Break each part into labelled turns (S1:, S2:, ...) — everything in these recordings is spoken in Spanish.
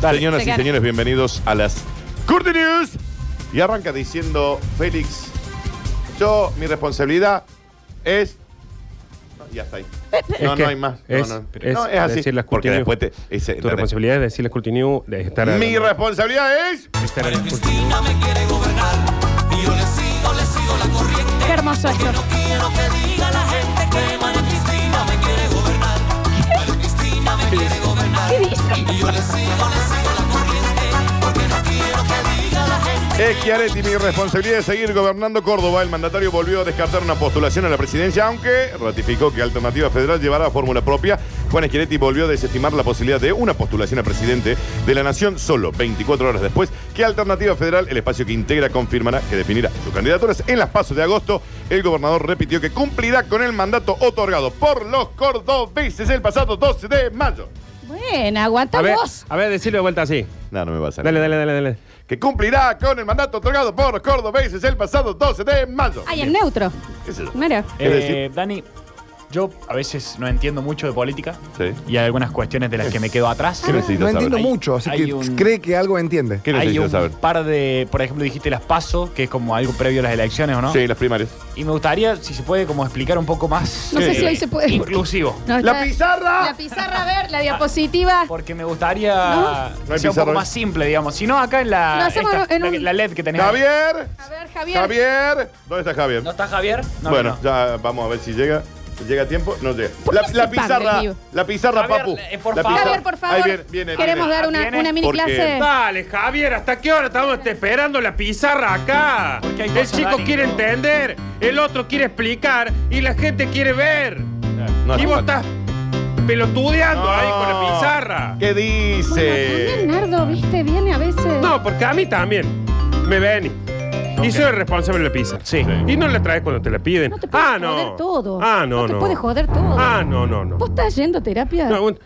S1: Dale.
S2: Señoras
S3: Se
S2: y
S3: gana.
S2: señores, bienvenidos a las Curti News. Y arranca diciendo, Félix, yo, mi responsabilidad es... Y hasta ahí.
S1: Es
S2: No,
S1: que
S2: no hay más.
S1: Es,
S2: no, no.
S1: es
S2: No, es así.
S1: decir las
S2: Porque
S1: Curti News.
S2: después te... ese-
S1: Tu responsabilidad es decir las Curti News, de estar
S2: Eh, Mi
S1: hablando-
S2: responsabilidad es...
S1: estar en las Curti News.
S4: Cristina me quiere gobernar y yo le sigo, le sigo la corriente.
S3: Qué hermoso esto.
S4: No quiero que diga la gente que María Cristina me quiere gobernar. María Cristina me quiere gobernar
S3: ¿Qué dice?
S4: y yo le sigo, le sigo la corriente porque no quiero que diga la gente.
S2: Es Chiaretti, mi responsabilidad es seguir gobernando Córdoba. El mandatario volvió a descartar una postulación a la presidencia, aunque ratificó que Alternativa Federal llevará fórmula propia. Juan Schiaretti volvió a desestimar la posibilidad de una postulación a presidente de la Nación solo 24 horas después que Alternativa Federal, el espacio que integra, confirmará que definirá sus candidaturas en las pasos de agosto. El gobernador repitió que cumplirá con el mandato otorgado por los cordobeses el pasado 12 de mayo.
S3: Bueno,
S1: A
S3: aguanta
S1: ver,
S3: vos.
S1: a ver, decirlo de vuelta así.
S2: No, no me va a salir.
S1: Dale, dale, dale, dale.
S2: Que cumplirá con el mandato otorgado por los cordobeses el pasado 12 de mayo.
S3: Ay, el neutro.
S2: ¿Qué sé yo?
S3: Mira.
S2: Es
S5: Eh,
S2: decir-
S5: Dani, yo a veces no entiendo mucho de política
S2: Sí.
S5: y hay algunas cuestiones de las que me quedo atrás.
S2: ¿Qué necesitas
S6: No entiendo
S2: saber?
S5: Hay-
S6: mucho, así
S5: hay
S6: que
S5: un-
S6: cree que algo entiende.
S2: ¿Qué
S5: hay
S2: necesitas
S5: un
S2: saber?
S5: par de, por ejemplo, dijiste las PASO, que es como algo previo a las elecciones, ¿o no?
S2: Sí, las primarias.
S5: Y me gustaría, si se puede, como explicar un poco más.
S3: No
S2: sé si
S3: hoy se puede.
S5: Inclusivo.
S3: No,
S2: ¡La
S3: está-
S2: pizarra!
S3: La pizarra, a ver, la diapositiva.
S5: Porque me gustaría
S2: No hay
S5: que sea un
S2: pizarra,
S5: poco
S2: ¿eh?
S5: más simple, digamos. Si no, acá en la,
S3: Lo hacemos
S5: esta,
S3: en un-
S5: la, la LED que tenés. ahí.
S2: ¡Javier!
S3: A ver, Javier.
S2: ¡Javier! ¿Dónde está Javier?
S5: ¿No está Javier? No,
S2: bueno,
S5: no, no.
S2: ya vamos a ver si llega. Si llega a tiempo, no llega.
S3: ¿Por
S2: La,
S3: qué
S2: la
S3: se paga
S2: pizarra,
S3: el vivo?
S2: la pizarra,
S5: Javier,
S2: papu.
S5: eh, por
S2: La
S5: favor.
S2: pizarra.
S3: Javier, por favor.
S2: Ahí viene, viene,
S3: Queremos
S2: viene.
S3: dar una,
S5: Viene.
S3: una mini
S2: Porque-
S3: clase.
S7: Dale, Javier, ¿hasta qué hora estamos esperando la pizarra acá?
S5: Porque hay
S7: El
S5: cosas,
S7: chico
S5: Dani.
S7: quiere entender, el otro quiere explicar y la gente quiere ver.
S2: No hace
S7: y vos
S2: falta.
S7: estás pelotudeando
S2: No.
S7: ahí con la pizarra.
S2: ¿Qué
S3: Bueno,
S2: dice?
S3: también Nardo, viste, viene a veces.
S7: No, porque a mí también me ven y soy el responsable de la pizarra.
S5: Sí.
S7: Y no la traes cuando te la piden.
S3: No te puedes
S7: ah, no.
S3: joder todo.
S7: Ah, no, no.
S3: te puedes joder todo.
S7: Ah, no, no, no.
S3: ¿Vos estás yendo a terapia?
S7: No, un-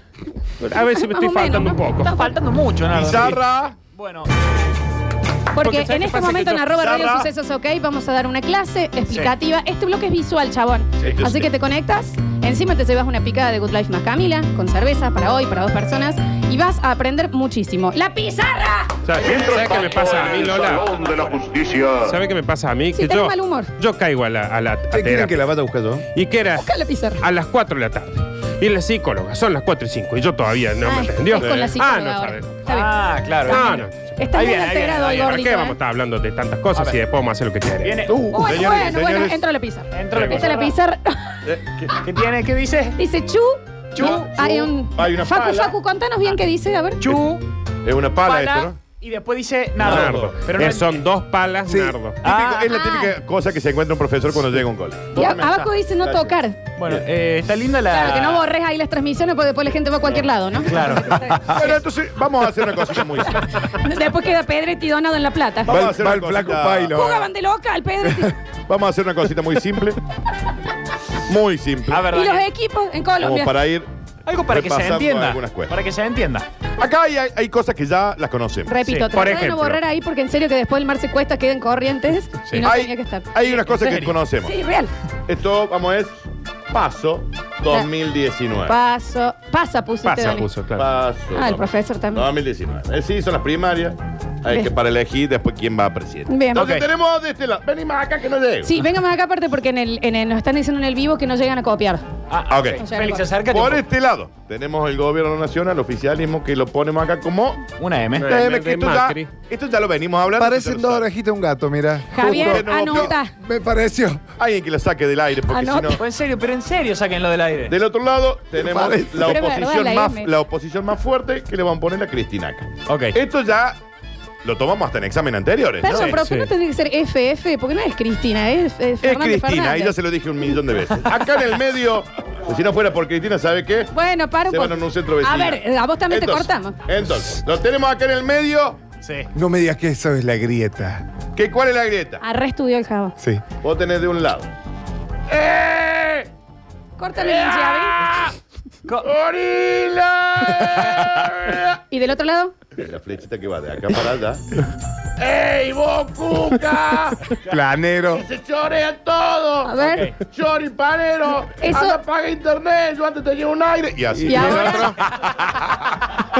S7: a veces me
S3: Más
S7: estoy
S3: o menos,
S7: faltando
S3: Ah, ¿no?
S7: un
S5: Está
S7: poco.
S5: faltando mucho, Nardo.
S2: Pizarra.
S5: Bueno,
S3: Porque
S7: porque ¿sabes
S3: en
S7: qué
S3: este
S7: pasa?
S3: momento en
S7: Que yo-
S3: arroba radio
S2: Zarra.
S3: sucesos ok vamos a dar una clase explicativa. Este bloque es visual, chabón.
S2: Sí, yo
S3: Así
S2: sé.
S3: que te conectas, encima te llevas una picada de Good Life más Camila, con cerveza para hoy, para dos personas, y vas a aprender muchísimo. ¡La pizarra!
S7: ¿Sabes ¿sabes qué me pasa a mí, Lola?
S8: de la justicia.
S7: ¿Sabes qué me pasa a mí?
S3: Sí,
S7: que
S3: tenés
S7: yo,
S3: mal humor.
S7: yo caigo a la, a la a
S6: ¿Qué quieren
S7: terapia.
S6: que la vaya a buscar yo?
S7: Y que era
S3: Busca la pizarra.
S7: a las 4 de la tarde. Y la psicóloga, son las 4 y 5. Y yo todavía no me
S3: Ay,
S7: entendió.
S3: Es con la
S7: Eh,
S3: psicóloga
S7: ah, no,
S3: ahora.
S7: sabe.
S3: Está bien.
S5: Ah, claro.
S7: Ah, no.
S3: Está
S5: Ahí
S3: muy
S5: viene, ahí
S3: alterado el
S5: viene, ahí
S7: ¿Para
S3: gordito.
S7: qué vamos a
S3: ¿eh?
S7: estar hablando de tantas
S5: A
S7: cosas
S5: ver.
S7: si después vamos a hacer lo que queremos?
S5: Viene.
S2: Uh,
S3: Bueno,
S2: señores,
S3: bueno,
S2: señores.
S3: bueno, entro a la pizarra.
S5: Entra la
S3: Entra a la pizarra.
S5: ¿Qué, qué tiene? ¿Qué dice?
S3: Dice Chu.
S5: Chu,
S3: Hay un.
S2: Hay una
S3: Facu,
S2: pala.
S3: Facu, contanos bien qué dice, a ver.
S5: Chu,
S2: Es una pala,
S5: pala,
S2: esto, ¿no?
S5: y después dice Nardo.
S7: Nardo.
S5: Pero no
S7: Eh, son dos palas,
S6: Sí.
S7: Nardo.
S5: Ah,
S2: Típico- es la típica cosa que se encuentra un profesor cuando llega un gol.
S3: Y a- abajo dice no
S2: Gracias.
S3: tocar.
S5: bueno, eh, está linda la.
S3: Claro, que no borres ahí las transmisiones porque después la gente va a cualquier lado, ¿no?
S5: Claro.
S2: Bueno, entonces vamos a hacer una cosita muy simple.
S3: Después queda Pedretti donado en La Plata.
S2: Vamos a
S6: Va-
S2: hacer
S6: va
S2: una
S6: el flaco
S2: cosita.
S6: Pailo.
S3: Jugaban de local, Pedretti.
S2: Vamos a hacer una cosita muy simple. Muy simple.
S5: A ver,
S3: y los
S5: Dani,
S3: equipos en
S2: Como
S3: Colombia.
S2: para ir.
S5: algo para que se
S2: repasando
S5: entienda.
S2: algunas cuestiones.
S5: Para que se entienda.
S2: Acá hay, hay- hay cosas que ya las conocemos.
S3: Repito,
S5: Sí,
S3: tratá
S7: por
S3: de no
S7: ejemplo.
S3: borrar ahí porque en serio que después el mar se cuesta, queden corrientes y no
S2: hay,
S3: tenía que estar.
S2: hay unas cosas que
S5: serio?
S2: conocemos.
S3: Sí, real.
S2: Esto, vamos, es Paso 2019.
S3: Paso, pasa pusiste,
S7: Pasa,
S3: Dani.
S7: puso, claro.
S2: Paso.
S3: Ah, el profesor también.
S2: 2019. Eh, sí, son las primarias. Hay
S3: Bien.
S2: que para elegir después quién va a presidente.
S3: Bien.
S2: Entonces
S5: Ok.
S2: tenemos de este lado. Vení más acá que no llego.
S3: Sí, venga más acá aparte porque en el, en el- nos están diciendo en el vivo que no llegan a copiar.
S5: Ah,
S2: Ok.
S5: ok. Félix, acércate.
S2: Por este lado tenemos el gobierno nacional, oficialismo, que lo ponemos acá como...
S5: Una M.
S7: De-
S2: Déjeme
S7: de
S2: que esto, ya,
S7: Macri.
S2: esto ya lo venimos hablando.
S6: Parecen
S2: esto ya
S6: dos
S2: lo saben.
S6: orejitas de un gato, mira.
S3: Javier,
S2: Justo.
S3: anota.
S6: Me pareció.
S2: Alguien que lo saque del aire, porque
S3: Anota.
S2: si no.
S5: Pues en serio, pero en serio, sáquenlo del aire.
S2: Del otro lado tenemos
S6: parece.
S2: la
S3: Pero es verdad,
S2: oposición,
S3: la
S2: más,
S3: M.
S2: la oposición más fuerte que le van a poner a Cristina acá.
S5: Ok.
S6: Eh,
S2: Esto ya lo tomamos hasta en examen anteriores. ¿no?
S3: Perdón,
S7: Sí,
S3: profe,
S7: sí.
S3: no tendría que ser FF porque no es Cristina, es, es
S2: Es
S3: Fernández
S2: Cristina, y
S3: Fernández.
S2: ya se lo dije un millón de veces. Acá en el medio, si no fuera por Cristina, ¿sabe qué?
S3: Bueno, paro.
S2: Se
S3: por-
S2: van a un centro vecino.
S3: A ver, a vos también
S2: Entonces-
S3: te cortamos.
S2: Entonces, lo tenemos acá en el medio.
S5: Sí.
S6: No me digas que eso es la grieta.
S2: que ¿Cuál es la grieta?
S3: Ah, reestudió el jabo.
S6: Sí.
S2: Vos tenés de un lado. ¡Eh!
S3: Córtale el llave.
S5: Co-
S2: ¡Gorila!
S3: ¿Y del otro lado?
S2: La flechita que va de acá para allá.
S8: ¡Ey, vos, cuca!
S6: Planero.
S8: ¡Se chorean todo!
S3: A ver.
S8: Chori, panero,
S3: Eso-
S8: anda, paga internet, yo antes tenía un aire. Y así.
S3: Y ahora.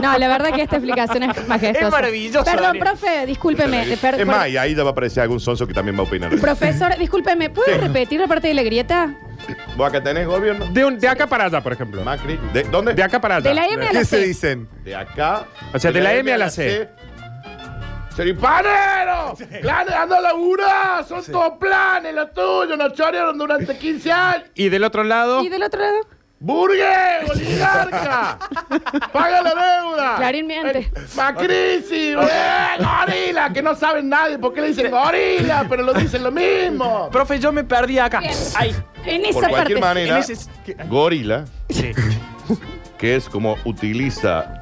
S3: No, la verdad que esta explicación es majestuosa.
S5: Es maravilloso,
S3: Perdón,
S5: Daniel.
S3: profe, discúlpeme. eh, per-
S2: Es
S3: por-
S2: más, y ahí ya va a aparecer algún sonso que también va a opinar.
S3: profesor, discúlpeme, ¿puedo repetir la parte de la grieta?
S2: ¿Vos acá tenés gobierno?
S7: De, un- de acá para allá, por ejemplo.
S2: Macri. ¿De dónde?
S7: De acá para allá.
S3: De la M a la
S6: ¿Qué se
S3: C.
S6: dicen?
S2: De acá.
S7: O sea, de la M a la C.
S8: ¡Choripanero! ¡Plan, anda a laburar! ¡Son todos planes los tuyos! ¡Nos chorearon durante 15 años!
S7: Y del otro lado.
S3: ¿Y del otro lado?
S8: ¡Burgue! ¡Oligarca! ¡Paga la
S2: Ah.
S8: deuda!
S3: Clarín miente.
S8: Eh, ¡Macrisi! eh, ¡Gorila! Que no saben nadie por qué le dicen gorila, pero lo dicen lo mismo.
S5: Profe, yo me perdí acá.
S3: Bien.
S5: Ay.
S3: En
S2: Por
S3: esa parte.
S2: cualquier manera,
S5: En ese- que-
S3: ah.
S2: gorila,
S5: Sí.
S2: que es como utiliza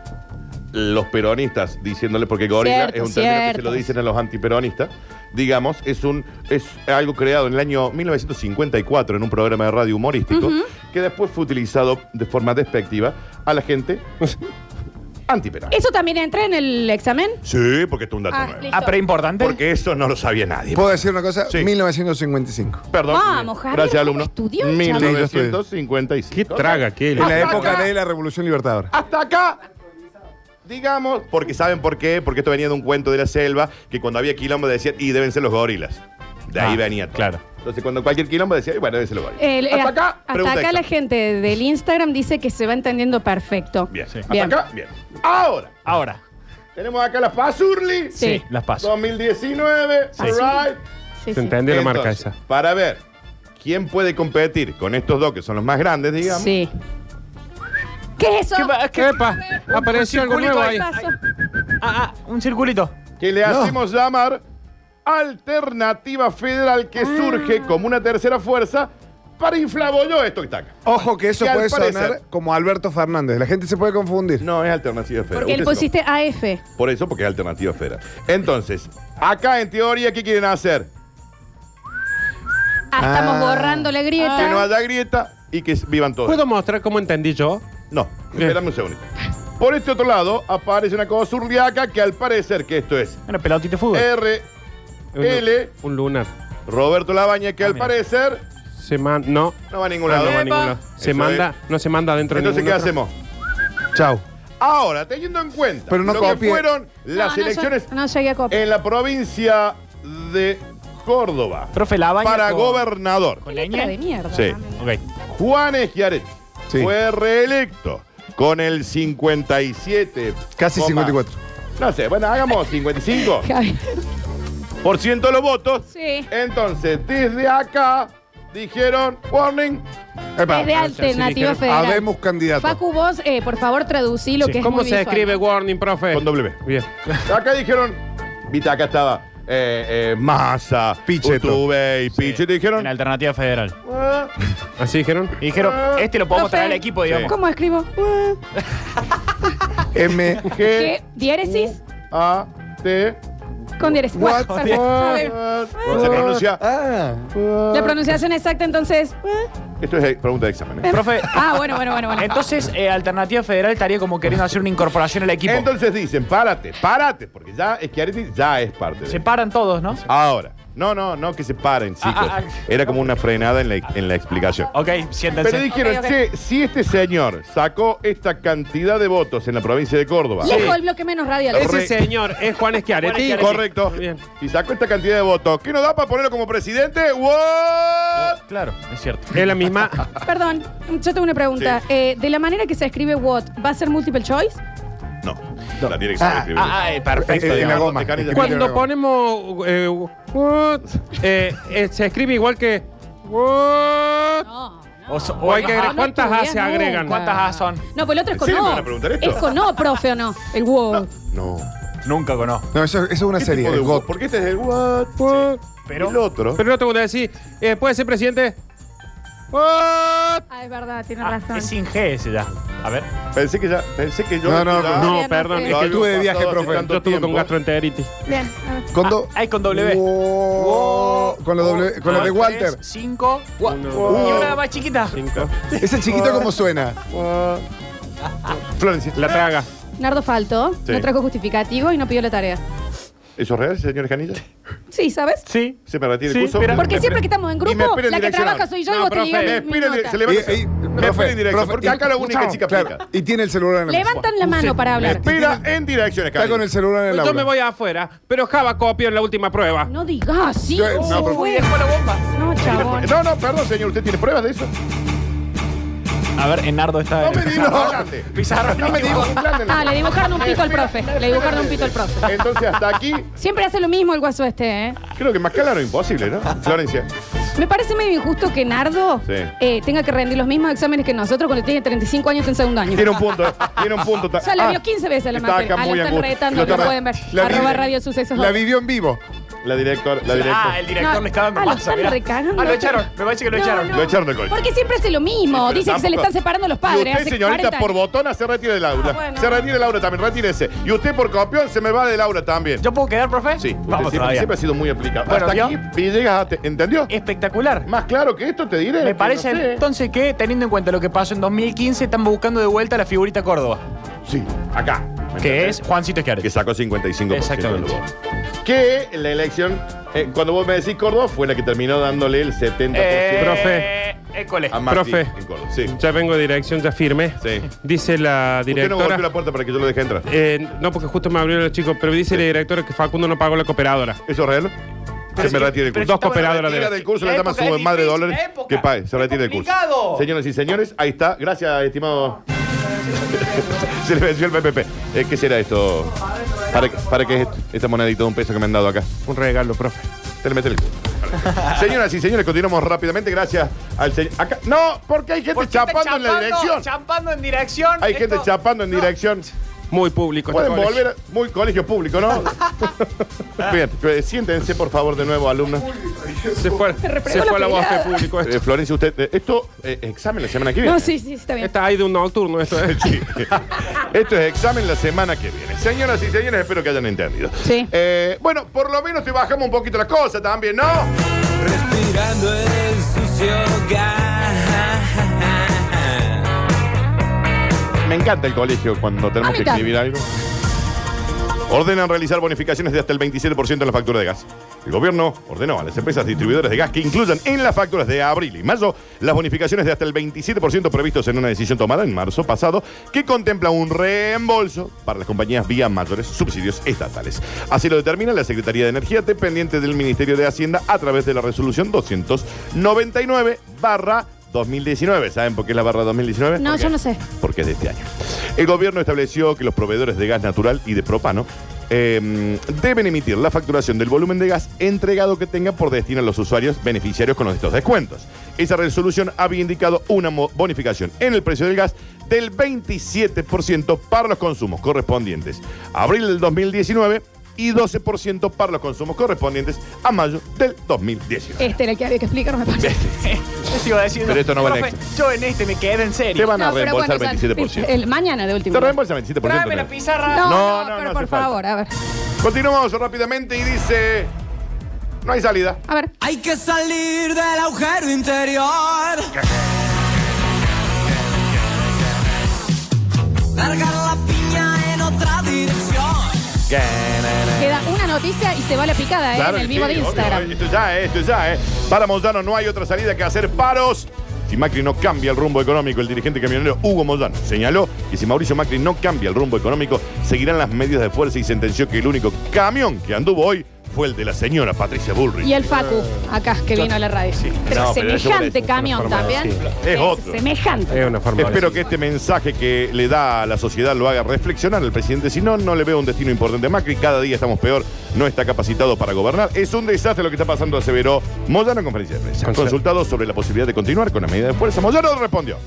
S2: los peronistas diciéndole, porque gorila
S3: Cierto,
S2: es un término que
S3: cierto.
S2: se lo dicen a los antiperonistas, digamos, es un es algo creado en el año 1954 en un programa de radio humorístico, que después fue utilizado de forma despectiva a la gente antiperonista.
S3: ¿Eso también entra en el examen?
S2: Sí, porque esto es un dato
S3: Ah,
S2: nuevo.
S3: listo.
S5: Ah, pero importante.
S2: Porque eso no lo sabía nadie.
S6: ¿Puedo decir una cosa?
S2: Sí.
S6: 1955.
S2: Perdón.
S3: Vamos, Javier,
S2: Gracias,
S3: ¿cómo
S2: alumno.
S3: estudió, chaval?
S7: ¿Qué
S2: 1955.
S7: traga que él?
S3: Ah,
S6: En la
S8: Acá.
S6: época de la Revolución Libertadora.
S8: Hasta acá.
S2: Digamos, porque ¿saben por qué? Porque esto venía de un cuento de la selva que cuando había quilombo decían, y deben ser los gorilas. De ahí
S5: Ah,
S2: venía todo.
S5: claro.
S2: Entonces, cuando cualquier quilombo decía, y bueno, deben ser los gorilas.
S3: El- eh,
S8: Hasta acá,
S3: hasta
S2: pregunta
S3: acá
S2: extra.
S3: la gente del Instagram dice que se va entendiendo perfecto.
S2: Bien.
S5: Sí.
S2: Hasta
S3: Bien.
S2: acá, bien. Ahora,
S5: Ahora.
S2: tenemos acá la Pazurli.
S3: Sí.
S5: Sí, las paso.
S2: 2019. Alright.
S3: Sí,
S7: Se
S3: sí.
S7: entendió la marca
S2: Entonces,
S7: esa.
S2: Para ver quién puede competir con estos dos, que son los más grandes, digamos.
S3: Sí. ¿Qué es eso?
S5: ¿Qué va- qué-
S7: Epa, apareció algo nuevo ahí.
S3: Paso.
S5: Ah, ah, un circulito.
S2: que le hacemos llamar Alternativa Federal que surge como una tercera fuerza para inflabolló esto que está acá.
S6: Ojo que eso
S2: Que al
S6: puede sonar
S2: parecer-
S6: como Alberto Fernández. La gente se puede confundir.
S2: No, es Alternativa Federal.
S3: Porque le
S2: Usted se
S3: pusiste AF.
S2: lo- Por eso, porque es Alternativa Federal. Entonces, acá en teoría, ¿qué quieren hacer?
S3: Ah, estamos borrando la grieta.
S2: Ah. Que no haya grieta y que s- vivan todos.
S7: ¿Puedo mostrar cómo entendí yo?
S2: No, espérame un segundo. Por este otro lado, aparece una cosa urliaca que al parecer que esto es
S5: Una pelotita de fútbol.
S2: R,
S7: Un-
S2: L,
S7: Un lunar.
S2: Roberto Labaña, que al
S5: mira.
S2: parecer
S7: Se man- no,
S2: no va a ningún
S7: no,
S2: lado.
S7: Ah, no va a ningún lado. Se
S2: Eso
S7: manda,
S2: es.
S7: no se manda adentro de
S2: Entonces,
S7: ningún
S2: ¿qué
S7: otro.
S2: hacemos?
S6: Chau.
S2: Ahora, teniendo en cuenta
S6: Pero no
S2: lo que
S6: copie.
S2: fueron las
S3: No, no,
S2: elecciones Eh,
S3: yo- No, llegué a copiar.
S2: en la provincia de Córdoba
S5: Profe, la baña
S2: para
S5: con-
S2: gobernador,
S5: Con
S3: Letra
S5: leña.
S3: de mierda.
S2: Sí.
S5: Ok.
S2: Juan Esquiaret
S6: Sí.
S2: fue reelecto con el 57.
S6: Casi
S2: coma-
S6: 54.
S2: No sé, bueno, hagamos 55%
S3: Javi.
S2: de los votos.
S3: Sí.
S2: Entonces, desde acá dijeron, warning,
S6: Epa.
S3: Es de alternativa
S7: dijeron,
S3: federal.
S6: Habemos candidato.
S3: Facu, vos, eh, por favor, traducí lo
S7: Sí.
S3: que es
S7: ¿Cómo
S3: muy
S7: se
S3: visual.
S7: escribe warning, profe?
S2: con W.
S7: Bien.
S2: Acá dijeron, viste, acá estaba eh, eh, Massa,
S6: Pichetto.
S2: Utube y Pichetto. Y dijeron,
S5: En alternativa federal.
S2: "Ah,
S7: ¿Así dijeron?
S5: Y dijeron,
S2: Eh,
S5: este lo podemos
S3: Profe,
S5: traer al equipo, digamos.
S3: ¿Cómo escribo?
S6: M.
S2: G,
S3: ¿Qué? ¿Diéresis?
S2: A, T.
S3: Con diéresis.
S6: What?
S3: Bueno, a ver.
S2: Se pronuncia.
S6: Ah.
S3: La pronunciación exacta, entonces.
S2: Esto es eh, pregunta de examen. ¿eh?
S5: Profe.
S3: Ah, bueno, bueno, bueno. bueno.
S5: Entonces, eh, Alternativa Federal estaría como queriendo hacer una incorporación al equipo.
S2: Entonces dicen, párate, párate, porque ya Schiaretti ya es parte de
S5: Se paran todos, ¿no?
S2: Ahora. No, no, no que se paren, chicos.
S5: ah, ah.
S2: Era como una frenada en la, en la explicación.
S5: Ok, siéntense.
S2: Pero dijeron,
S3: Ok, ok.
S2: che, si este señor sacó esta cantidad de votos en la provincia de Córdoba.
S3: Lejos el bloque menos radial.
S2: Re-
S7: Ese señor es Juan Esquiareti.
S2: Correcto.
S7: Bien.
S2: Si sacó esta cantidad de votos, ¿qué nos da para ponerlo como presidente? ¿What?
S5: Claro, es cierto.
S7: Es la misma.
S3: Perdón, yo tengo una pregunta.
S2: Sí.
S3: Eh, de la manera que se escribe what, ¿va a ser multiple choice?
S2: No. La tiene que
S6: Ah,
S2: saber escribir.
S5: Ah, ah, eh, perfecto.
S6: Eh, eh, la
S5: digamos.
S6: goma.
S2: Tecanilla.
S7: Cuando ponemos. eh, what, eh, eh, se escribe igual que. what.
S3: No.
S5: O so-
S7: O hay que agregar-
S3: no
S7: ¿Cuántas A se
S3: estudias
S7: agregan?
S3: nunca.
S5: ¿Cuántas A son?
S3: No, pues el otro es
S2: ¿En
S3: con
S2: serio me
S3: O.
S2: van a preguntar esto?
S3: Es con O, profe, o no. El wow.
S2: No.
S5: Nunca con O.
S6: No, eso, eso es una
S2: ¿Qué
S6: serie.
S2: tipo de
S6: el
S2: what?
S6: Got.
S2: Porque este es el what,
S7: What.
S5: Pero-
S2: el otro.
S7: Pero no te voy a decir. eh, ¿Puede ser presidente? What.
S3: Ah, es verdad, tiene
S5: Ah,
S3: razón.
S5: es sin G ese ya. A ver.
S2: Pensé que ya, pensé que yo.
S6: No, no,
S2: ya-
S7: No, perdón.
S3: no
S7: es que
S6: estuve de viaje,
S2: Hace
S6: profe.
S2: tanto
S7: Yo estuve con
S2: tiempo.
S7: gastroenteritis.
S3: Bien. a ver.
S6: Con do-
S5: Ah, Ay, con W.
S6: Wo- Con la W- con la de Walter.
S5: 5. Y
S2: Wo-
S5: una más chiquita.
S7: Cinco.
S6: Ese chiquito como suena.
S2: Florencia.
S7: La traga. Eh,
S3: Nardo faltó,
S2: Sí.
S3: no trajo justificativo y no pidió la tarea.
S2: ¿Eso es real, señor Canilla?
S3: Sí, ¿sabes?
S5: Sí.
S7: Pues
S2: ¿Se me retira el
S5: Sí,
S2: curso?
S5: pero-
S3: Porque
S2: Me-
S3: siempre
S2: me-
S3: que estamos en
S2: y me
S3: grupo,
S2: espera en
S3: la que
S2: dirección.
S3: trabaja soy yo y vos te
S1: profe,
S3: digas.
S2: Me
S3: mi- mi
S2: espera en
S3: nota.
S2: dirección. Se levanta.
S6: Y- y-
S2: me
S6: Eh, profe,
S2: espera en dirección.
S6: profe,
S2: Porque
S6: y-
S2: acá la única chica
S6: Claro,
S2: pica.
S6: y tiene el celular en el
S3: Levantan la mano para hablar.
S2: Espera en direcciones,
S6: Está con
S2: Canilla.
S6: el celular en el
S7: Yo
S6: aula.
S7: me voy afuera, pero Java copió en la última prueba.
S3: No digas, sí.
S6: Yo-
S3: oh,
S6: no, pero-
S3: fue- No, chabón.
S8: No, no, perdón, señor. ¿Usted tiene pruebas de eso?
S5: A ver, Enardo está.
S2: No me digas.
S8: Adelante.
S5: Pizarro.
S8: No me dibujan.
S3: Ah, le dibujaron un pito al profe. Le dibujaron un pito al profe.
S8: Entonces, hasta aquí,
S3: Siempre hace lo mismo el guaso este, ¿eh?
S2: Creo que más claro imposible, ¿no? Florencia.
S3: Me parece medio injusto que Nardo
S2: Sí.
S3: eh, tenga que rendir los mismos exámenes que nosotros cuando tiene 35 años en segundo año.
S2: Tiene un punto, eh. tiene un punto.
S3: Ya la vio 15 veces la
S2: Está
S3: materia.
S2: acá
S3: Ah, lo
S2: muy
S3: están
S2: angustia.
S3: retando,
S2: Lo
S3: lo
S2: está-
S3: pueden ver.
S2: la vi-
S3: Arroba Radio Sucesos.
S6: La vivió en vivo.
S2: La directora, la
S5: Ah, el
S2: directora.
S5: director
S3: No,
S5: le está dando
S3: ah, lo
S5: masa,
S3: están
S5: mirá.
S3: recagando.
S5: Ah, lo echaron. Me parece que lo
S3: No,
S5: echaron.
S3: no.
S2: Lo echaron del colegio.
S3: Porque siempre hace lo mismo.
S2: Pero
S3: Dice que se le
S2: tampoco-
S3: están separando los padres.
S2: Y usted,
S3: hace
S2: señorita,
S3: 40
S2: por
S3: años.
S2: botona se retira del aula.
S3: Ah, bueno.
S2: Se retira del aula también, retírese. Y usted, por copión, se me va del aula también.
S5: ¿Yo puedo quedar, profe?
S2: Sí, usted
S5: Vamos
S2: siempre,
S5: todavía.
S2: siempre ha sido muy aplicado.
S5: Bueno,
S2: Hasta
S5: ¿vio?
S2: aquí Villegas, te- ¿entendió?
S5: Espectacular.
S2: Más claro que esto te diré. que
S5: Me
S2: no
S5: parece
S2: sé.
S5: entonces que, teniendo en cuenta lo que pasó en 2015, están buscando de vuelta la figurita Córdoba,
S2: Sí, acá. ¿me
S5: que
S2: entendés?
S5: es Juancito
S2: Que
S5: Esquiares.
S2: sacó 55%
S5: Exactamente.
S2: de los votos. Que la elección, eh, cuando vos me decís Córdoba, fue la que terminó dándole el 70%
S5: Eh, École.
S2: a Martín
S7: profe.
S2: en Córdoba. Sí,
S7: Ya vengo de dirección, ya firme.
S2: sí.
S7: Dice la
S2: Usted no golpeó la
S7: directora.
S2: puerta para que yo lo deje entrar.
S7: Eh, no, porque justo me abrieron los chicos, pero dice la directora que Facundo no pagó la cooperadora.
S2: ¿Eso es real?
S5: Pero
S2: se me
S5: si-
S2: retira el curso.
S7: Dos
S5: pero si estamos en la
S7: cooperadoras
S2: Tira
S7: de.
S2: del curso, le
S5: La
S2: llama a
S5: época
S2: su
S5: es
S2: madre de
S5: difícil,
S2: dólares.
S5: época.
S2: Que pague, se
S5: Es
S2: retira del curso.
S5: complicado.
S2: Señoras y señores, ahí está. Gracias, estimado. se le venció el PPP. Eh, ¿Qué será esto? ¿Para, para qué es esto? esta monedita de un peso que me han dado acá?
S7: Un regalo, profe.
S2: Te le mete el culo. Señoras y señores, continuamos rápidamente. Gracias al señor. Acá. No, porque hay gente
S5: ¿Por qué está
S2: chapando, en la dirección.
S5: Chapando en dirección.
S2: Hay gente
S5: Esto-
S2: chapando en
S5: No.
S2: dirección.
S7: Muy público. este
S2: Pueden
S7: colegio.
S2: volver a- Muy colegio público, ¿no? Bien, eh, siéntense, por favor, de nuevo, alumnos.
S7: Se fue,
S3: refregó
S7: se
S3: la
S7: fue la voz de
S3: pegada.
S7: público. esto.
S2: Eh, Florencia, usted. eh, esto, eh, examen la semana que viene.
S3: No, sí, sí, está bien.
S7: Está ahí de un nocturno esto, ¿eh?
S2: Sí. Esto es examen la semana que viene. Señoras y señores, espero que hayan entendido.
S3: Sí.
S2: Eh, bueno, por lo menos te bajamos un poquito la cosa también, ¿no?
S4: Respirando el sucio gas.
S2: Me encanta el colegio cuando tenemos
S3: A mí
S2: que escribir algo. Ordenan realizar bonificaciones de hasta el 27% en la factura de gas. El gobierno ordenó a las empresas distribuidoras de gas que incluyan en las facturas de abril y mayo las bonificaciones de hasta el 27% previstos en una decisión tomada en marzo pasado que contempla un reembolso para las compañías vía mayores subsidios estatales. Así lo determina la Secretaría de Energía dependiente del Ministerio de Hacienda a través de la resolución 299 barra 2019. ¿Saben por qué es la barra 2019?
S3: No,
S2: Porque-
S3: yo no sé.
S2: porque es de este año. El gobierno estableció que los proveedores de gas natural y de propano eh, deben emitir la facturación del volumen de gas entregado que tengan por destino a los usuarios beneficiarios con estos descuentos. Esa resolución había indicado una mo- bonificación en el precio del gas del 27% para los consumos correspondientes a abril del 2019 y 12% para los consumos correspondientes a mayo del 2019.
S3: Este era el que había que explicar, me parece.
S5: Yo sigo diciendo.
S2: Pero esto no vale
S5: profe,
S2: extra.
S5: Yo en este me quedé en
S2: Te
S5: serio.
S2: van a
S3: No, pero
S2: reembolsar
S3: bueno, ya-
S2: 27%.
S3: El mañana de último.
S2: Te reembolsan 27%.
S5: Tráeme la
S2: ¿no?
S5: pizarra.
S3: No,
S2: No, no,
S3: no, pero
S2: no
S3: por
S2: hace falta.
S3: favor, a ver.
S2: Continuamos rápidamente y dice. No hay salida.
S3: A ver.
S4: Hay que salir del agujero interior. Largar la piña en otra dirección.
S3: Queda una noticia y se va la picada, ¿eh?
S2: Claro
S3: en el
S2: que
S3: vivo
S2: sí,
S3: de
S2: obvio,
S3: Instagram.
S2: esto ya, eh, esto ya, eh. Para Moyano no hay otra salida que hacer paros. Si Macri no cambia el rumbo económico, el dirigente camionero Hugo Moyano señaló que si Mauricio Macri no cambia el rumbo económico, seguirán las medidas de fuerza y sentenció que el único camión que anduvo hoy fue el de la señora Patricia Bullrich.
S3: Y el Facu, acá, que vino a la radio. pero
S2: no, pero
S3: semejante
S2: eso-
S3: camión
S7: forma de
S3: también.
S2: Es otro.
S3: Semejante.
S7: Es una forma de
S2: Espero que este mensaje que le da a la sociedad lo haga reflexionar al presidente. Si no, no le veo un destino importante a Macri. Cada día estamos peor. No está capacitado para gobernar. Es un desastre lo que está pasando, aseveró Moyano en conferencia de prensa. Consultado sobre la posibilidad de continuar con la medida de fuerza, Moyano respondió.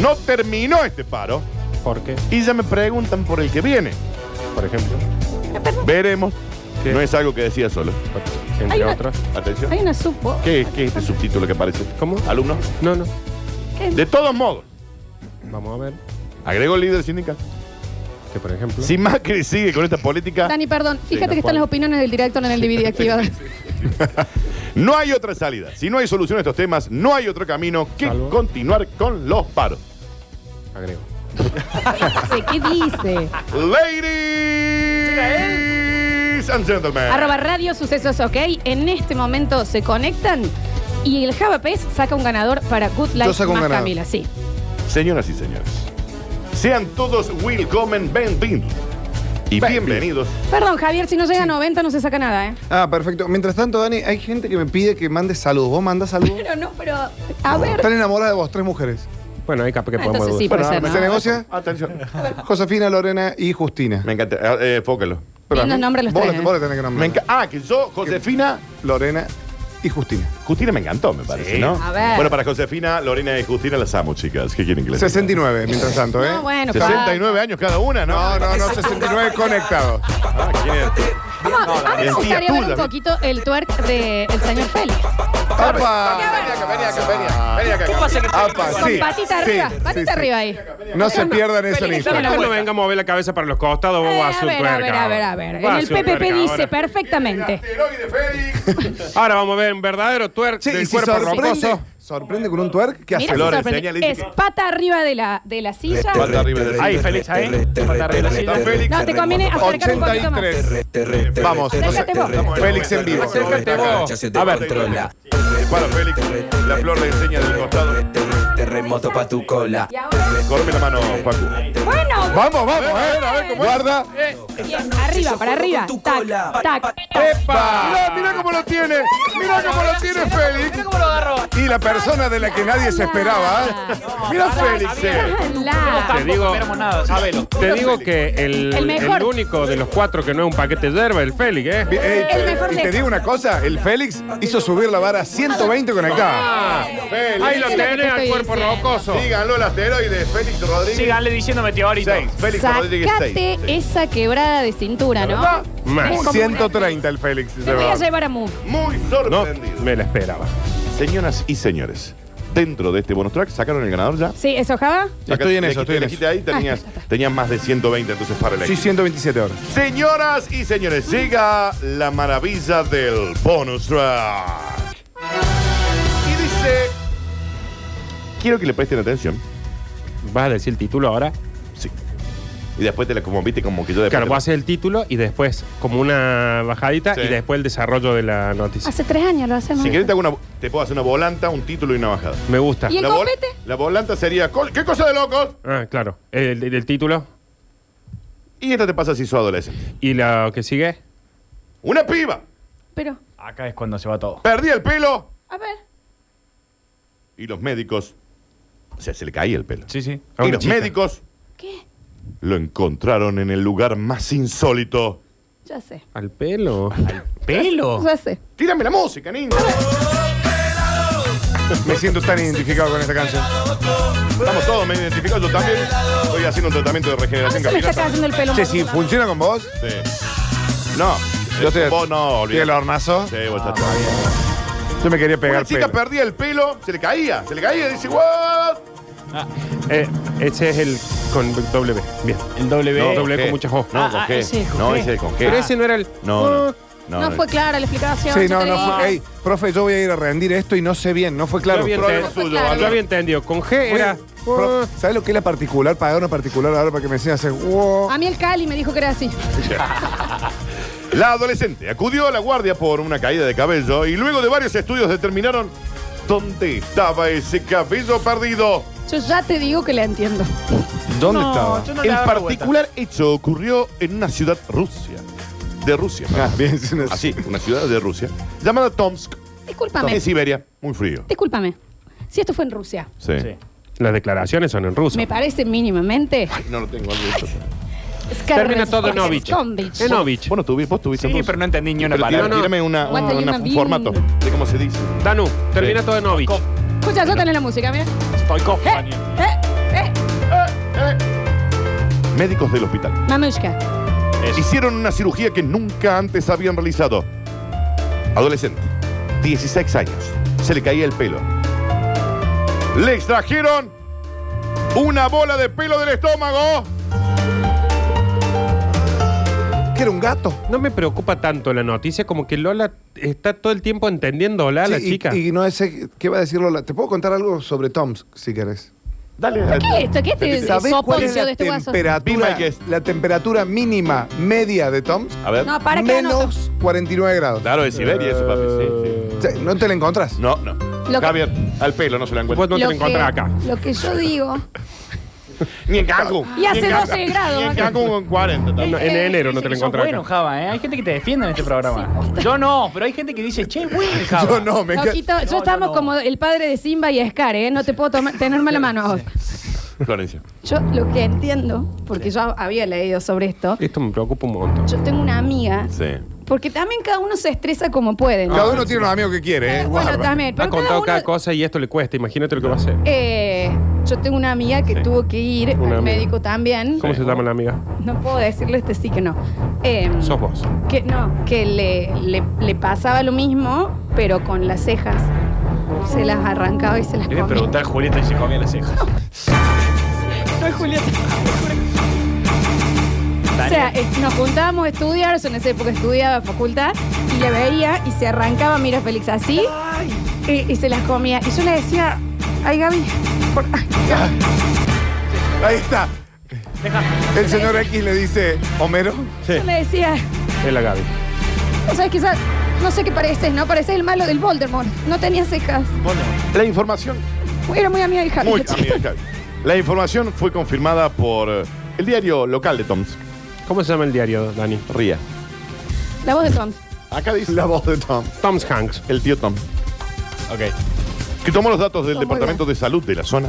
S2: No terminó este paro
S7: ¿Por qué?
S2: y ya me preguntan por el que viene.
S7: Por ejemplo.
S2: Veremos.
S7: ¿Qué?
S2: No es algo que decía solo.
S7: Entre
S3: Hay una-
S7: otras.
S2: Atención.
S3: Hay una supo.
S2: ¿Qué, qué es este subtítulo que aparece?
S7: ¿Cómo?
S2: ¿Alumno?
S7: No, no.
S2: De todos modos,
S7: Vamos a ver.
S2: agregó el líder sindical.
S7: Que por ejemplo.
S2: Si Macri sigue con esta política,
S3: Dani, perdón, fíjate
S2: no,
S3: que
S2: Juan.
S3: están las opiniones del director en el DVD activado.
S2: No hay otra salida. Si no hay solución a estos temas, no hay otro camino que
S7: Salvo.
S2: continuar con los paros.
S7: Agrego.
S3: ¿Qué dice?
S2: Ladies Ladies and gentlemen.
S3: Arroba Radio Sucesos OK. En este momento se conectan y el Javapés saca un ganador para Good Life
S6: Yo saco un
S3: más
S6: ganador.
S3: Camila. Sí.
S2: Señoras y señores, sean todos willkommen, bienvenidos y bienvenidos.
S3: Perdón, Javier, si no llega a 90 no se saca nada, ¿eh?
S6: Ah, perfecto. Mientras tanto, Dani, hay gente que me pide que mande saludos. ¿Vos mandás saludos?
S3: Pero no, pero. A ver.
S6: Están enamoradas de vos, tres mujeres.
S7: Bueno, ahí capaz que
S3: Ah,
S7: podemos.
S3: entonces sí, puede
S2: Bueno,
S3: ser,
S2: me
S3: ¿no?
S6: ¿Se negocia?
S2: Atención.
S6: Josefina, Lorena y Justina.
S2: Me encanta. Ah, Eh, fócalo.
S6: Pero a
S3: Lindos
S6: mí-
S3: nombres los
S6: vos
S3: tres,
S6: le-
S3: ¿eh?
S6: Vos le tenés
S2: Me
S6: que nombrar.
S2: enca- ah, que yo, Josefina.
S6: Lorena y Justina.
S2: Justina me encantó, me parece,
S7: Sí.
S2: ¿no?
S3: A ver.
S2: Bueno, para Josefina, Lorena y Justina las amo, chicas. ¿Qué quieren que les diga?
S6: 69, mientras tanto, ¿eh?
S3: No, bueno,
S2: 69 años cada una, ¿no?
S6: No, no, no, 69 conectados.
S2: Ah, ¿quién es?
S3: Vamos, a mí me
S2: bien.
S3: gustaría
S2: Tía
S3: ver un
S2: tuya.
S3: poquito el twerk del señor Félix.
S6: ¡Apa!
S1: ¿Qué pasa que
S6: ¡Apa!
S3: Con
S6: Sí.
S3: patita
S6: sí,
S3: arriba,
S6: sí,
S3: patita
S6: sí.
S3: arriba ahí.
S6: No se pierdan eso en
S7: Pero
S6: Instagram.
S7: después no venga a mover la cabeza para los costados
S3: Eh,
S7: o a
S3: a
S7: su
S3: ver, a ver,
S7: tuerca
S3: a ver, a
S7: ahora.
S3: ver.
S7: Va
S3: En
S7: a
S3: el
S7: su tuerca
S3: PPP dice
S7: ahora.
S3: perfectamente.
S2: Asteroide Félix.
S7: Ahora vamos a ver un verdadero twerk
S6: Sí, y
S7: del
S6: si
S7: cuerpo
S6: sorprende,
S7: rocoso.
S6: sorprende con un twerk, ¿qué hace?
S3: Mira si
S2: Loren,
S3: sorprende.
S2: señale,
S3: Es
S2: dice que-
S3: pata arriba de la, de la silla.
S2: Pata arriba de la
S7: Ahí,
S2: silla.
S7: Félix, ahí.
S2: Está Félix.
S3: No, te conviene acercar un poquito más.
S6: 83.
S2: Vamos.
S3: Acércate vos.
S6: Félix en vivo.
S7: Acércate vos.
S1: A ver,
S2: Para Félix, la flor le enseña del costado.
S1: Terremoto pa' tu cola.
S3: Y ahora-
S2: Corre la mano, Paco.
S3: Bueno,
S6: Vamos, vamos, eh. Guarda.
S3: bien, arriba, para arriba. Tac, tac.
S6: Mirá, mirá cómo lo tiene. Mirá cómo lo tiene Félix.
S5: ¿Cómo lo agarro?
S6: Y la persona de la que nadie se esperaba. ¿eh? Mirá Félix. eh.
S7: Te
S3: Ala.
S7: digo,
S5: esperamos nada, sabelo.
S7: te digo que el,
S3: El mejor.
S7: el único de los cuatro que no es un paquete de hierba, el Félix, ¿eh?
S6: Bien, eh,
S3: El mejor
S6: y te
S3: lejos.
S6: digo una cosa, el Félix hizo subir la vara a 120 conectados.
S7: Ah, ahí lo
S3: Félix. Es lo que te
S7: tenés al
S3: estoy
S7: cuerpo
S3: diciendo.
S7: rocoso.
S2: Díganlo el asteroide Félix Rodríguez.
S5: Síganle diciendo meteorito.
S2: Seis. Félix Rodríguez 6.
S3: Sacate esa quebrada de cintura, ¿no?
S7: Más.
S3: Es como-
S6: 130 el Félix.
S3: Te voy a llevar a Move.
S2: Muy
S7: No
S2: sorprendido.
S7: me la esperaba.
S2: Señoras y señores, dentro de este bonus track, ¿sacaron el ganador ya?
S3: Sí, ¿eso Java?
S6: Estoy en
S2: Le quité-
S6: eso, estoy en
S2: le
S6: eso.
S2: quité ahí, tenías, tenías más de 120, entonces para el
S6: Sí, 127 horas.
S2: Señoras y señores, llega la maravilla del bonus track. Y dice... Quiero que le presten atención.
S7: ¿Vas a decir el título ahora?
S2: Sí. Y después te la como viste como que yo después
S7: Claro,
S2: te-
S7: vos haces el título y después como una bajadita
S2: Sí.
S7: y después el desarrollo de la noticia.
S3: Hace tres años lo hacemos.
S2: Si querés te, hago una, te puedo hacer una volanta, un título y una bajada.
S7: Me gusta.
S3: ¿Y el
S2: La vol-
S3: copete?
S2: La volanta sería... col- ¿Qué cosa de locos?
S7: Ah, claro. El, el- el título.
S2: Y esta te pasa si sos adolescente.
S7: ¿Y lo que sigue?
S2: Una piba.
S3: Pero,
S5: Acá es cuando se va todo.
S2: Perdí el pelo.
S3: a ver.
S2: Y los médicos... O sea, se le caía el pelo.
S5: Sí, sí.
S7: A
S2: Y
S7: una
S2: los
S7: chica.
S2: médicos
S3: ¿Qué?
S2: lo encontraron en el lugar más insólito.
S3: Ya sé.
S7: ¿Al pelo?
S5: ¿Pelo?
S3: Ya sé.
S2: Tírame la música, niño.
S6: Me siento tan identificado con esta canción.
S2: Estamos todos medio identificados. Yo también estoy haciendo un tratamiento de
S3: ¿A
S2: regeneración
S3: se le Ah, está
S2: capilar.
S3: cayendo el pelo?
S6: Che, si funciona con vos,
S2: Sí. No.
S6: Yo te-
S2: Vos no,
S6: y el
S2: olvidate.
S6: hornazo,
S2: Sí,
S7: Ah,
S2: vos estás todavía.
S6: yo me quería pegar
S2: Una chica
S6: pelo.
S2: perdía el pelo, se le caía, se le caía. Dice, ¿what?
S7: Eh, ese es el con W. Bien.
S5: El W.
S7: No, doble
S2: G.
S7: con muchas O.
S2: No,
S5: Ah,
S2: con
S5: ah,
S2: G.
S5: ese es con
S2: no,
S5: G.
S2: ese es con G.
S7: Pero ese no era el... Oh,
S2: No, no.
S3: No, fue clara la explicación.
S6: Sí,
S3: yo
S6: no,
S3: te
S6: no
S3: digo.
S6: fue. Ey, profe, yo voy a ir a rendir esto y no sé bien, no fue claro.
S7: Yo había,
S6: Profe,
S7: enten-
S2: Problema suyo,
S3: Claro.
S7: yo había entendido. Con G era...
S6: profe, ¿Sabes lo que es la particular? Pagar una particular ahora para que me enseñe a hacer. wow.
S3: A mí el Cali me dijo que era así.
S2: La adolescente acudió a la guardia por una caída de cabello y luego de varios estudios determinaron dónde estaba ese cabello perdido.
S3: Yo ya te digo que la entiendo.
S6: ¿Dónde
S5: No,
S6: estaba?
S5: yo no le
S2: El
S5: agarro vuelta.
S2: particular hecho ocurrió en una ciudad Rusia. De Rusia.
S6: Ah, bien, es una-
S2: Así, una ciudad de Rusia. Llamada Tomsk.
S3: Discúlpame.
S2: En Siberia. Muy frío.
S3: Discúlpame. Si esto fue en Rusia,
S2: Sí.
S5: Sí.
S7: Las declaraciones son en ruso.
S3: me parece mínimamente.
S2: No lo tengo. algo de eso.
S7: Termina todo en Novich. En Novich.
S2: Vos no tuviste, vos tuviste
S5: Sí,
S2: en Rusia.
S5: pero no entendí ni una
S2: Pero
S5: palabra.
S2: tírame- tírame una-
S3: What
S2: una-
S3: do you
S2: una-
S3: mean?
S2: un formato de cómo se dice.
S7: Danu, termina
S2: Sí.
S7: todo en Novich.
S3: Escucha, yo tenés la música, mira.
S5: Estoy con
S3: Eh, eh, eh.
S2: Médicos del hospital.
S3: Mamushka.
S2: Hicieron una cirugía que nunca antes habían realizado. Adolescente, 16 años. Se le caía el pelo. Le extrajeron una bola de pelo del estómago.
S6: Que era un gato.
S7: No me preocupa tanto la noticia como que Lola está todo el tiempo entendiéndola a Ah, la
S6: Sí, y-
S7: chica.
S6: Y, no sé qué va a decir Lola. ¿Te puedo contar algo sobre Tomsk, si querés?
S2: Dale,
S3: ¿Qué es esto? ¿Qué es este
S6: ¿Sabés cuál
S3: soponcio
S6: es
S3: de
S6: la
S3: este guaso?
S2: Be my
S6: temperatura,
S2: guest.
S6: la temperatura mínima media de Tom's?
S2: A ver.
S3: No, para que anoto.
S6: Menos 49 grados.
S2: Claro, de Siberia eso, papi. Sí,
S6: O sea, no te la encontrás.
S2: sí. No, no.
S3: Lo que-
S2: Javier, al pelo no se la
S7: Vos
S2: encuentra.
S7: no te
S3: Lo
S7: lo encontrás
S3: que-
S7: acá.
S3: Lo que yo digo.
S2: Ni en Cancún.
S3: Y hace
S2: Ni en Cancún.
S3: 12 grados,
S2: Ni en
S3: acá.
S2: Cancún con 40. también.
S7: No, en enero no te lo
S5: Sos
S7: encontrás
S5: bueno,
S7: acá.
S5: Java, ¿eh? Hay gente que te defiende en este programa. Yo no, pero hay gente que dice, che, bueno, el Java.
S6: Yo no, me encanta.
S3: Loquito, yo
S5: no,
S3: estamos
S5: no.
S3: como el padre de Simba y Scar, ¿eh? No te puedo tomar, tener mala mano a vos. Eh.
S2: Florencia.
S3: Yo lo que entiendo, porque yo había leído sobre esto,
S7: Esto me preocupa un montón.
S3: yo tengo una amiga,
S2: Sí.
S3: porque también cada uno se estresa como puede. ¿no?
S6: Cada uno tiene los amigos que quiere, ¿eh?
S3: Bueno,
S6: Guarda.
S3: también.
S7: Ah, Ha
S3: Pero cada
S7: contado
S3: uno-
S7: cada cosa y esto le cuesta. Imagínate lo que va a hacer.
S3: Eh, yo tengo una amiga que
S2: Sí.
S3: tuvo que ir al
S7: Una amiga.
S3: médico también.
S7: ¿Cómo se llama la amiga?
S3: No puedo decirle este sí que no. Em,
S7: Sos vos.
S3: que no, que le, le- le pasaba lo mismo, pero con las cejas. Se las arrancaba y se las
S5: Le voy a
S3: comía.
S5: preguntar a Julieta si se comía las cejas.
S3: No es Julieta. O sea,
S5: Daniel.
S3: eh, nos juntábamos a estudiar, yo en esa época estudiaba facultad, y la veía y se arrancaba, mira Félix, así, y, y se las comía. Y yo le decía, ay Gaby, por... ay, Gaby".
S6: Ahí está. El señor X le dice, Homero,
S3: yo le decía,
S7: Es la Gaby.
S3: o sea, quizás, no sé qué pareces, ¿no? Pareces el malo del Voldemort, no tenía cejas.
S2: La información.
S3: Era muy amiga del Javi.
S2: Muy amiga, Javi. La información fue confirmada por eh, el diario local de Tomsk,
S7: ¿Cómo se llama el diario, Dani?
S2: Ría.
S3: La voz de Tom.
S2: Acá dice
S6: la voz de Tom.
S7: Tom's Hanks.
S2: el tío Tom.
S5: Ok.
S2: que tomó los datos del
S3: Tomó
S2: Departamento de Salud de la zona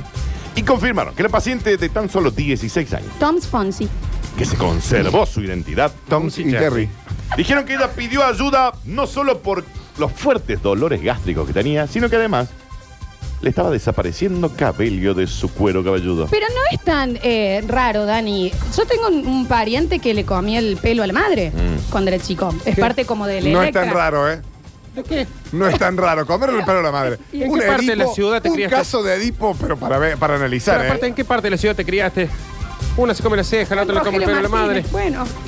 S2: y confirmaron que la paciente de tan solo 16 años,
S3: Tom's Fonsi.
S2: que se conservó su identidad,
S6: Tom y Jerry.
S2: dijeron que ella pidió ayuda no solo por los fuertes dolores gástricos que tenía, sino que además le estaba desapareciendo cabello de su cuero cabelludo.
S3: Pero no es tan eh, raro, Dani. Yo tengo un, un pariente que le comía el pelo a la madre
S2: Mm.
S3: cuando era chico. Es parte como del
S6: No es
S3: Electra.
S6: tan raro, ¿eh?
S7: ¿De qué?
S6: No es tan raro. Comerle el pelo a la madre.
S7: ¿Y en qué parte de la ciudad te
S6: un
S7: criaste?
S6: caso de Edipo, pero para, ver- para analizar,
S7: Pero aparte,
S6: ¿eh?
S7: ¿en qué parte de la ciudad te criaste? Una se come la ceja, la otra le come el pelo a la madre.
S3: Rogelio Martínez, Bueno.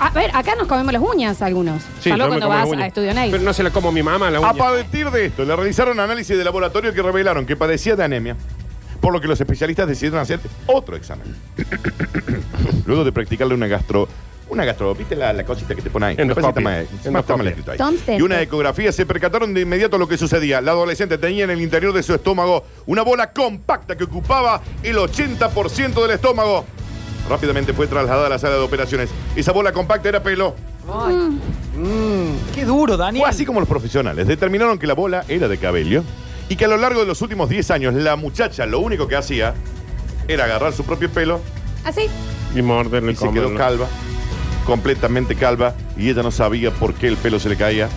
S3: A ver, acá nos comemos las uñas algunos. Salvo
S7: yo me
S3: cuando
S7: como las
S3: vas
S7: uñas.
S3: a Estudio Night.
S7: Pero no se la como mi mamá la uña.
S2: A partir de esto, le realizaron análisis de laboratorio que revelaron que padecía de anemia, por lo que los especialistas decidieron hacer otro examen. Luego de practicarle una gastro... Una gastro... ¿Viste la, la cosita que te pone ahí? La cosita
S7: Endoscopia.
S2: más-
S7: Endoscopia.
S2: más- está mal escrito ahí.
S3: Entonces,
S2: Y una ecografía se percataron de inmediato lo que sucedía. La adolescente tenía en el interior de su estómago una bola compacta que ocupaba el 80% del estómago. Rápidamente fue trasladada a la sala de operaciones. Esa bola compacta era pelo.
S5: Mm. Qué duro, Daniel.
S2: Fue así como los profesionales determinaron que la bola era de cabello y que a lo largo de los últimos 10 años la muchacha lo único que hacía era agarrar su propio pelo
S3: Así.
S7: Y morderle
S2: y se quedó calva, completamente calva, y ella no sabía por qué el pelo se le caía.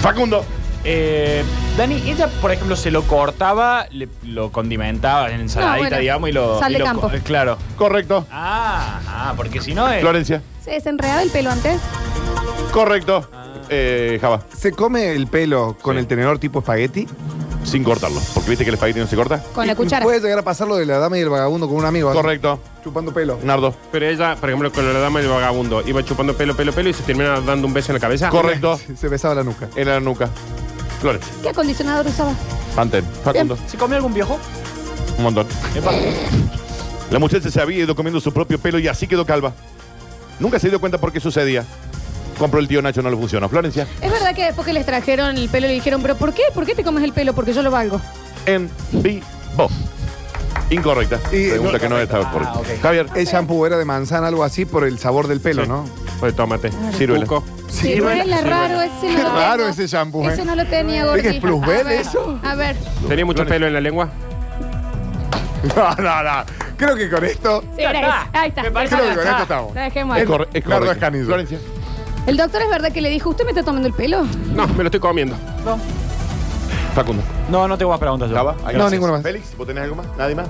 S2: Facundo,
S5: Eh, Dani, ella, por ejemplo, se lo cortaba, le- lo condimentaba en ensaladita,
S3: No, bueno,
S5: digamos, y lo.
S3: sal
S5: y
S3: de
S5: lo
S3: campo.
S5: co- eh, Claro.
S2: correcto.
S5: Ah, ah, porque si no es.
S2: Eh. Florencia,
S3: Se desenredaba el pelo antes.
S2: correcto. Eh, Java,
S6: ¿Se come el pelo con el tenedor tipo espagueti?
S2: sin cortarlo, porque viste que el espagueti no se corta.
S3: Con la
S6: Y
S3: cuchara.
S6: Puede llegar a pasar lo de la dama y el vagabundo con un amigo. así,
S2: Correcto.
S6: Chupando pelo.
S2: Nardo,
S7: Pero ella, por ejemplo, con la dama del vagabundo, iba chupando pelo, pelo, pelo y se termina dando un beso en la
S2: Ah,
S7: cabeza.
S2: correcto.
S6: Se besaba la nuca.
S2: En la nuca. Florencia,
S3: ¿Qué acondicionador usaba?
S2: Pantén,
S5: Bien,
S2: Facundo,
S5: ¿Se comió algún viejo?
S2: un montón.
S5: Epa.
S2: La muchacha se había ido comiendo su propio pelo y así quedó calva. Nunca se dio cuenta por qué sucedía. Compró el tío Nacho, no le funcionó. Florencia,
S3: Es verdad que después que les trajeron el pelo le dijeron, pero ¿por qué? ¿Por qué te comes el pelo? Porque yo lo valgo.
S2: en vivo. Incorrecta.
S6: Y-
S2: Pregunta
S6: no, Eh,
S2: que no estaba correcta.
S5: Ah, ok.
S2: Javier,
S6: El shampoo era de manzana, algo así, por el sabor del pelo,
S7: Sí.
S6: ¿no?
S3: Ah,
S7: Pues tómate.
S6: eh,
S2: Ciruela.
S7: Cuco.
S3: Sí, Ciruela, raro ese. no
S6: Qué
S3: lo
S6: raro
S3: tengo.
S6: ese shampoo,
S3: Ese
S6: eh.
S3: no lo tenía,
S6: ¿Ves
S3: Gordi.
S6: que es plus
S3: A
S6: B de
S3: ver,
S6: eso?
S3: A ver.
S7: ¿Tenía mucho
S2: Florencia.
S7: pelo en la lengua?
S6: No, no, no. Creo que con esto.
S3: Sí, era
S5: está.
S3: ese. Ahí está.
S5: Me parece
S6: Creo que
S3: Dejémoslo.
S6: con esto estamos.
S3: La dejemos
S2: es,
S3: ahí.
S2: corre- es
S6: Nardo
S2: correcta.
S6: Escanillo.
S2: Florencia,
S3: El doctor es verdad que le dijo, ¿usted me está tomando el pelo?
S7: No, me lo estoy comiendo.
S2: Facundo.
S5: No, no te voy a preguntar yo.
S2: Java,
S6: No, ninguna más.
S2: Félix, ¿vos tenés algo más? ¿Nadie más?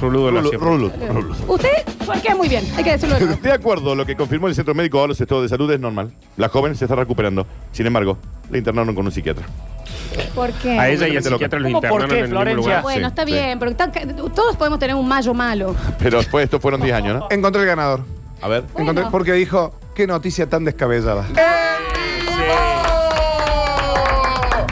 S7: Ruludo la
S2: Rulo,
S7: siempre.
S2: rulo, rulo.
S3: Usted, porque muy bien, hay que decirlo. de nuevo.
S2: De acuerdo, lo que confirmó el Centro Médico de los Estados de Salud es normal. La joven se está recuperando. Sin embargo, la internaron con un psiquiatra.
S3: ¿Por qué?
S7: A ella y al
S2: ¿Cómo
S7: psiquiatra los
S5: por qué,
S7: internaron en el mismo
S5: Florencia?
S7: lugar.
S3: Bueno,
S2: sí,
S3: está
S2: sí.
S3: bien, pero tan ca- todos podemos tener un mayo malo.
S2: Pero después estos fueron 10 años, ¿no?
S6: Encontré el ganador.
S2: A ver.
S3: Bueno.
S6: Encontré- porque dijo, qué noticia tan descabellada.